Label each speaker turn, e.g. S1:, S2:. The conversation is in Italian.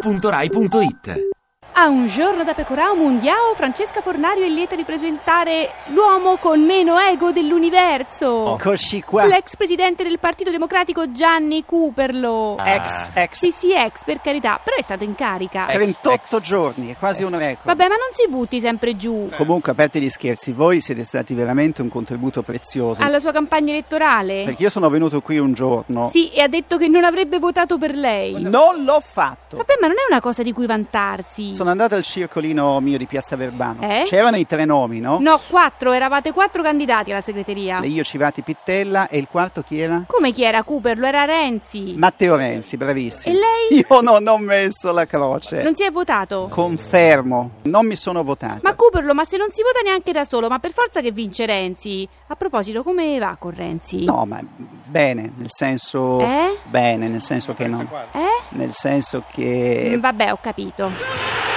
S1: radio2pod.rai.it
S2: A un giorno da Pecorao Mondiao, Francesca Fornario è lieta di presentare l'uomo con meno ego dell'universo.
S3: Eccoci qua.
S2: L'ex presidente del Partito Democratico Gianni Cuperlo.
S3: Ex,
S2: Ah. Sì,
S3: Ah, ex.
S2: sì, ex per carità, però è stato in carica.
S1: Eh.
S3: 38
S1: ex.
S3: giorni, è quasi un record.
S2: Vabbè, ma non si butti sempre giù.
S3: Comunque, aperti gli scherzi, voi siete stati veramente un contributo prezioso.
S2: Alla sua campagna elettorale?
S3: Perché io sono venuto qui un giorno.
S2: Sì, e ha detto che non avrebbe votato per lei.
S3: Non l'ho fatto.
S2: Vabbè, ma non è una cosa di cui vantarsi.
S3: Sono andato al circolino mio di Piazza Verbano.
S2: Eh?
S3: C'erano i tre nomi, no?
S2: No, quattro, eravate quattro candidati alla segreteria.
S3: Io, Civati, Pittella e il quarto chi era?
S2: Come chi era Cooper? Lo era Renzi.
S3: Matteo Renzi, bravissimo.
S2: E lei?
S3: Io eh. non ho messo la croce.
S2: Non si è votato?
S3: Confermo, non mi sono votato.
S2: Ma Cooperlo, ma se non si vota neanche da solo, ma per forza che vince Renzi. A proposito, come va con Renzi?
S3: No, ma bene, nel senso...
S2: Eh?
S3: Bene, nel senso che no.
S2: Eh?
S3: Nel senso che...
S2: Mm, Vabbè, ho capito.